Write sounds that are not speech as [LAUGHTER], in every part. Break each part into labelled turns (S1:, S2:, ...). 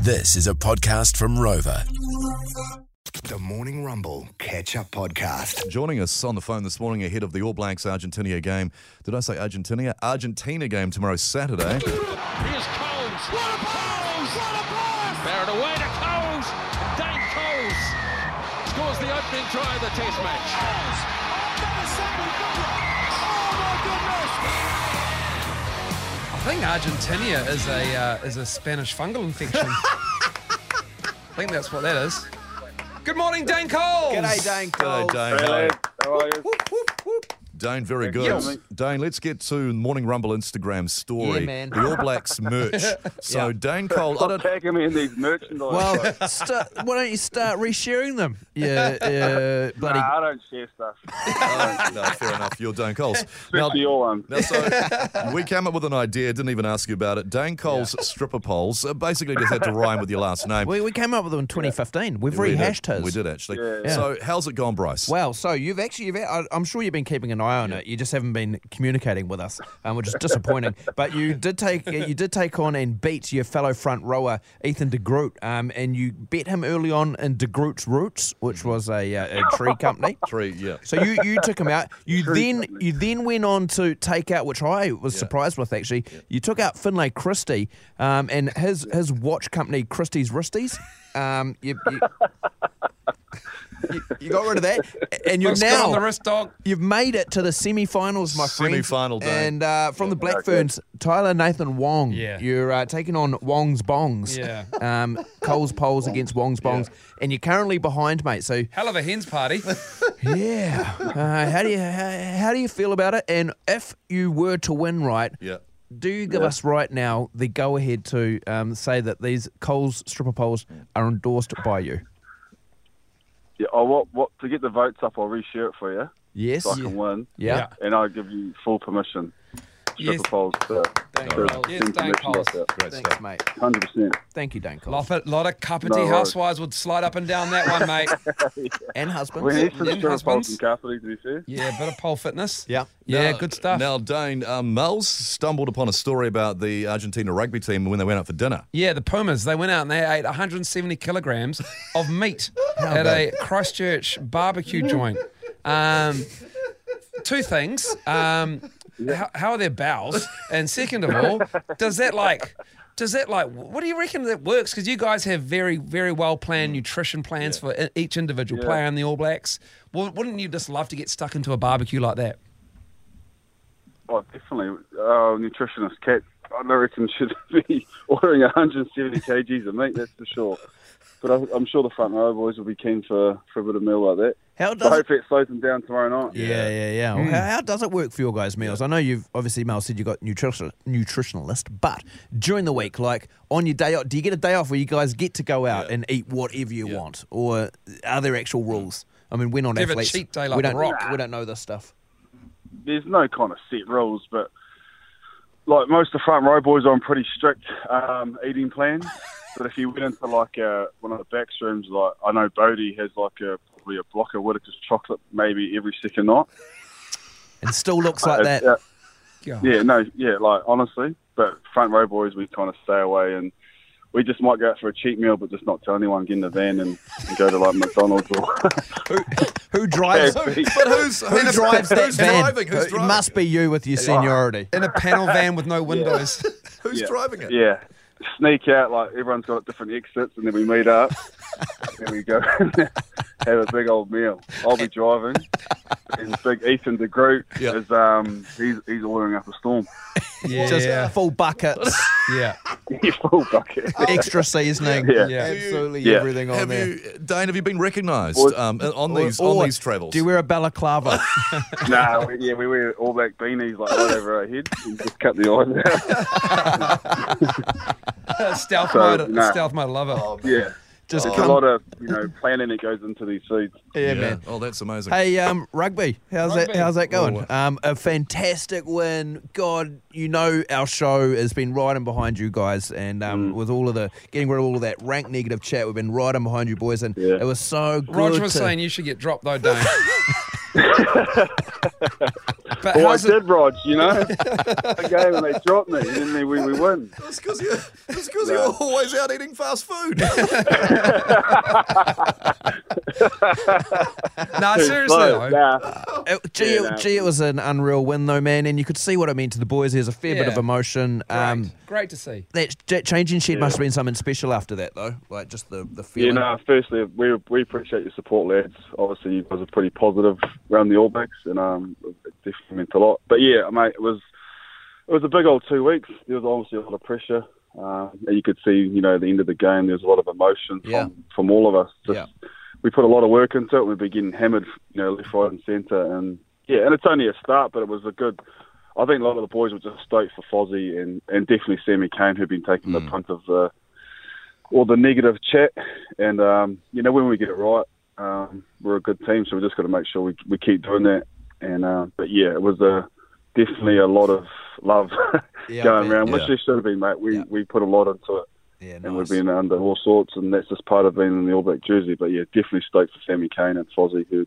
S1: This is a podcast from Rover.
S2: The Morning Rumble Catch Up Podcast.
S3: Joining us on the phone this morning ahead of the All Blacks Argentina game. Did I say Argentina? Argentina game tomorrow, Saturday.
S4: Here's Coles. What a pass! What a pass! Barrett away to Coles. Dane Coles scores the opening try of the Test match.
S5: I think Argentina is a uh, is a Spanish
S4: [LAUGHS]
S5: fungal infection. I think that's what that is. Good morning, Dane Cole.
S3: G'day, Dane. Hello. Dane, very good. Dane, let's get to Morning Rumble Instagram story.
S6: Yeah, man.
S3: The All Blacks
S6: [LAUGHS]
S3: merch. So, Dane Cole, I [LAUGHS]
S7: Stop
S3: don't,
S7: tagging me in these merchandise.
S6: Well,
S7: guys.
S6: sta why don't you start resharing them? Yeah, yeah, bloody.
S7: nah, I don't share stuff.
S3: uh, no, fair enough. You're Dane Coles. Now,
S7: Especially your one.
S3: now, so we came up with an idea, didn't even ask you about it. Dane Cole's stripper poles uh, basically just had to rhyme with your last name.
S6: We, we came up with them in 2015. We've
S3: We did.
S6: rehashed his.
S3: We did actually.
S7: Yeah.
S3: So, how's it gone, Bryce?
S6: Well, so you've actually, you've, I- I'm sure you've been keeping an eye on it. You just haven't been communicating with us, um, which is
S3: [LAUGHS]
S6: disappointing. but you did take you did take on and beat your fellow front rower Ethan De Groot, um, and you bet him early on in De Groot's Roots,
S3: Mm-hmm.
S6: which was a, uh, a tree
S3: [LAUGHS]
S6: company.
S3: Three, yeah.
S6: So you, you took him out. You
S7: True
S6: then
S7: company.
S6: you then went on to take out, which I was surprised with actually. You took out Finlay Christie um, and his his watch company Christie's Wristies. Um, you, you, you, you got rid of that, and you're
S5: Looks good on the
S6: now
S5: wrist dog.
S6: you've made it to the semi-finals, my friend.
S3: Semi-final day.
S6: And uh, from the Black
S7: Okay.
S6: Ferns, Tyler Nathan Wong.
S5: Yeah.
S6: You're uh, taking on Wong's Bongs.
S5: Yeah.
S6: Um, Cole's Poles against Wong's Bongs, and you're currently behind, mate. So
S5: Hell of a hen's party.
S6: yeah. Uh, how do you how, how do you feel about it? And if you were to win, right?
S3: Yeah.
S6: Do you give us right now the go ahead to um, say that these Coles stripper poles are endorsed by you?
S7: Yeah, oh, what, what, to get the votes up, I'll reshare it for you
S6: Yes.
S7: so I can win.
S6: Yeah.
S5: Yeah.
S7: And I'll give you full permission. Stripper
S5: Yes.
S7: polls to,
S5: Dane
S7: to
S5: Coles. Yes,
S7: send
S5: Dane
S7: permission
S5: Coles.
S7: like that.
S3: Great
S6: Thanks,
S3: stuff.
S6: mate.
S7: 100%.
S6: Thank you, Dane Coles.
S5: lot of, lot of cuppity
S7: No worries.
S5: housewives would slide up and down that one, mate.
S6: And
S7: We
S6: husbands.
S7: need some
S5: Then
S7: stripper
S5: husbands.
S7: polls in Carpentry, to be fair.
S5: yeah, bit of pole fitness.
S6: Yeah.
S5: Yeah,
S3: Now-
S5: good
S6: Ah.
S5: stuff.
S3: Now, Dane, um, Mel's stumbled upon a story about the Argentina rugby team when they went out for
S6: [LAUGHS]
S3: dinner.
S5: Yeah, the Pumas, they went out and they ate 170 kilograms of meat at a Christchurch barbecue joint. Um, two things. Um, how, how are their bowels? And second of all, does that like. Does that like what do you reckon that works? Because you guys have very very well planned nutrition plans for for each individual player in the All Blacks. Well, wouldn't you just love to get stuck into a barbecue like that?
S7: Oh, definitely. Oh, nutritionist Kat, I reckon should [LAUGHS] be ordering 170 kgs of meat, that's for sure. But I, I'm sure the front row boys will be keen for, for a bit of meal like that.
S6: How [LAUGHS]
S7: So
S6: does it,
S7: hopefully it slows them down tomorrow night.
S6: yeah, yeah, yeah.
S3: Hmm.
S6: Well, How, how does it work for your guys' meals? I know you've obviously, Mel said you got nutrition, nutritionalist, but during the week, like on your day off, do you get a day off where you guys get to go out and eat whatever you want, or are there actual
S3: Hmm.
S6: rules? I mean, we're not
S5: Give a
S6: athletes.
S5: cheat day like
S6: we
S5: The
S6: don't
S5: Rock.
S6: we don't know this stuff.
S7: There's no kind of set rules, but like most of the front row boys are on pretty strict um, eating
S6: [LAUGHS]
S7: plans. but if you went into like uh, one of the back rooms, like I know Bodie has like a probably a block of Whitaker's chocolate maybe every second night.
S6: And still looks like that.
S7: Uh,
S5: Yeah.
S7: Yeah, no, yeah, like honestly, but front row boys, we kind of stay away and we just might go out for a cheap meal, but just not tell anyone, get in the van and, and go to like McDonald's or.
S6: Who, who drives?
S7: Who-
S3: But who's,
S6: Who drives that
S3: who's
S6: van?
S3: driving? Who's
S6: It
S3: driving
S6: must be you with your seniority.
S5: In a panel van with no windows.
S3: Who's
S7: Yeah.
S3: driving it?
S7: yeah, sneak out, like everyone's got different exits, and then we
S3: [LAUGHS]
S7: meet up. and we go [LAUGHS] have a big old meal. I'll be driving. And big Ethan the Groot
S3: Yeah.
S7: is um he's he's ordering up a storm. [LAUGHS]
S5: Yeah,
S6: Just
S5: yeah,
S3: [LAUGHS]
S6: full buckets,
S5: yeah.
S7: Full bucket.
S6: extra seasoning,
S7: Yeah.
S5: Yeah.
S6: absolutely
S7: Yeah.
S6: everything on
S3: Have
S6: there.
S3: you, Dane? Have you been recognised
S7: Or-
S3: um, on
S6: Or-
S3: these
S6: or
S3: on these travels?
S6: Do you wear a balaclava? [LAUGHS]
S7: nah, we, yeah, we wear all black beanies like right over our heads and just cut the eyes
S3: [LAUGHS]
S5: [LAUGHS]
S7: out.
S5: stealth
S7: So,
S5: mode,
S7: nah.
S5: stealth mode, love it.
S3: Oh,
S7: yeah.
S6: Just
S7: There's
S6: come,
S7: a lot of you know planning that goes into these seeds.
S3: Yeah.
S6: yeah, man.
S3: Oh, that's amazing.
S6: Hey, um, rugby. How's that?
S5: Rugby.
S6: How's that going?
S3: Oh,
S6: um, a fantastic win. God, you know our show has been riding behind you guys, and um,
S7: Mm.
S6: with all of the getting rid of all of that rank negative chat, we've been riding behind you boys, and
S7: Yeah.
S6: it was so good.
S5: Roger was
S6: to-
S5: [LAUGHS] saying you should get dropped though, Dane. But
S7: Well, Oh, I
S5: how's it?
S7: did, Rog, you
S3: [LAUGHS]
S7: know? the game and they dropped me, and then they, we, we win.
S3: It's because you're, it's 'cause you're always out eating fast food.
S5: No, seriously
S7: But,
S5: though.
S7: nah,
S6: uh, It, Oh, gee,
S7: Yeah,
S6: it,
S7: no.
S6: gee, it was an unreal win though, man, and you could see what it meant to the boys. There's a fair bit
S5: Yeah.
S6: of emotion. Um,
S5: Great. Great to see.
S6: that, that changing shed must have been something special after that though, like just the
S7: you
S6: the feeling.
S7: know, firstly, we, we appreciate your support, lads. Obviously, you guys are pretty positive around the All Blacks, and um, it definitely meant a lot. But yeah, mate, it was it was a big old two weeks. There was obviously a lot of pressure. Uh, and you could see, you know, at the end of the game, there was a lot of emotion
S6: Yeah.
S7: from, from all of us. Just,
S6: Yeah.
S7: We put a lot of work into it. We've been getting hammered, you know, left, right, and centre. And yeah, and it's only a start, but it was a good. I think a lot of the boys were just stoked for Fozzie and, and definitely Sammy Kane, who'd been taking
S6: Mm.
S7: the punt of the all the negative chat. And um, you know, when we get it right, um, we're a good team. So we just got to make sure we we keep doing that. And uh, but yeah, it was a definitely a lot of love [LAUGHS]
S6: Yeah,
S7: going
S6: man.
S7: around, which
S3: Yeah.
S7: there should have been, mate. We
S6: Yeah.
S7: we put a lot into it.
S6: Yeah,
S7: And we've
S6: nice.
S7: been under all sorts, and that's just part of being in the All Black jersey. But yeah, definitely stoked for Sammy Kane and Fozzie, who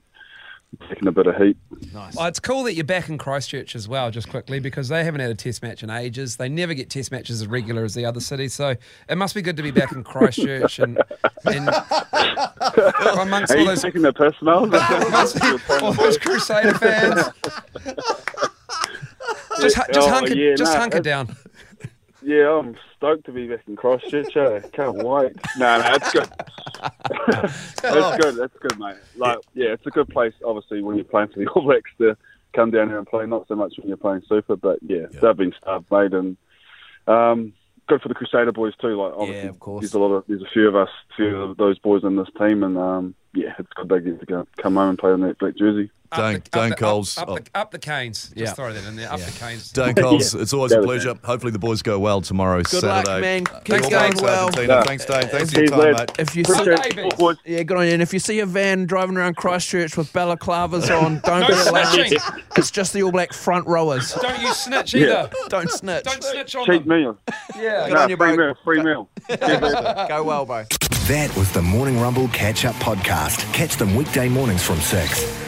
S7: taking a bit of heat.
S5: Well, Oh, it's cool that you're back in Christchurch as well, just quickly, because they haven't had a test match in ages. They never get test matches as regular as the other cities, so it must be good to be back in Christchurch and,
S7: [LAUGHS]
S5: and amongst
S7: Are
S5: all
S7: you
S5: those,
S7: taking the piss, Mel? [LAUGHS]
S5: [LAUGHS] all those Crusader fans. Just, hu- just,
S7: Oh,
S5: hunker,
S7: yeah,
S5: just
S7: no,
S5: hunker
S7: it's-
S5: down.
S7: Yeah, I'm stoked to be back in Christchurch. eh? Can't wait. No, no, it's
S6: [LAUGHS]
S7: good. it's good. It's good, mate. Like, yeah, it's a good place. Obviously, when you're playing for the [LAUGHS] All Blacks to come down here and play. Not so much when you're playing Super, but yeah, they've been starved, mate, and um, good for the Crusader boys too. Like, obviously,
S6: of course.
S7: there's a lot of there's a few of us, few of those boys in this team, and um, yeah, it's good they get to go, come home and play in that black jersey.
S5: Up
S3: [LAUGHS] Dane,
S5: the- up
S6: [LAUGHS]
S3: Dane
S5: the- up-
S3: Coles.
S5: Up,
S3: oh,
S5: the, up the canes. Just
S6: Yeah.
S5: throw that in there. Up the canes.
S3: Dane Coles, it's always
S7: That
S3: a
S7: was
S3: pleasure. Hopefully the boys go well tomorrow,
S6: Good luck,
S3: Saturday.
S6: man.
S3: Uh,
S6: Keep
S3: All
S6: going
S3: Blacks,
S6: well.
S3: Argentina.
S7: Yeah.
S3: Thanks, Dane. Thanks for your
S7: Cheers,
S3: time,
S7: lads.
S3: mate.
S6: If you see,
S5: Sunday,
S7: Appreciate
S5: Vince.
S7: it, boys.
S6: yeah, good on you. And if you see a van driving around Christchurch with balaclavas on, [LAUGHS]
S5: [LAUGHS]
S6: don't
S5: No
S6: be alarmed.
S5: snitching.
S6: It's just the All Black front rowers.
S5: Don't you snitch either. [LAUGHS]
S6: Don't snitch.
S5: Don't snitch on
S7: Cheap
S5: them.
S7: meal.
S5: Yeah.
S6: on
S7: No,
S6: you,
S7: free
S6: bro.
S7: meal. Free
S6: [LAUGHS]
S7: meal.
S6: Go well, bro.
S2: That was the Morning Rumble Catch Up Podcast. Catch them weekday mornings from 6.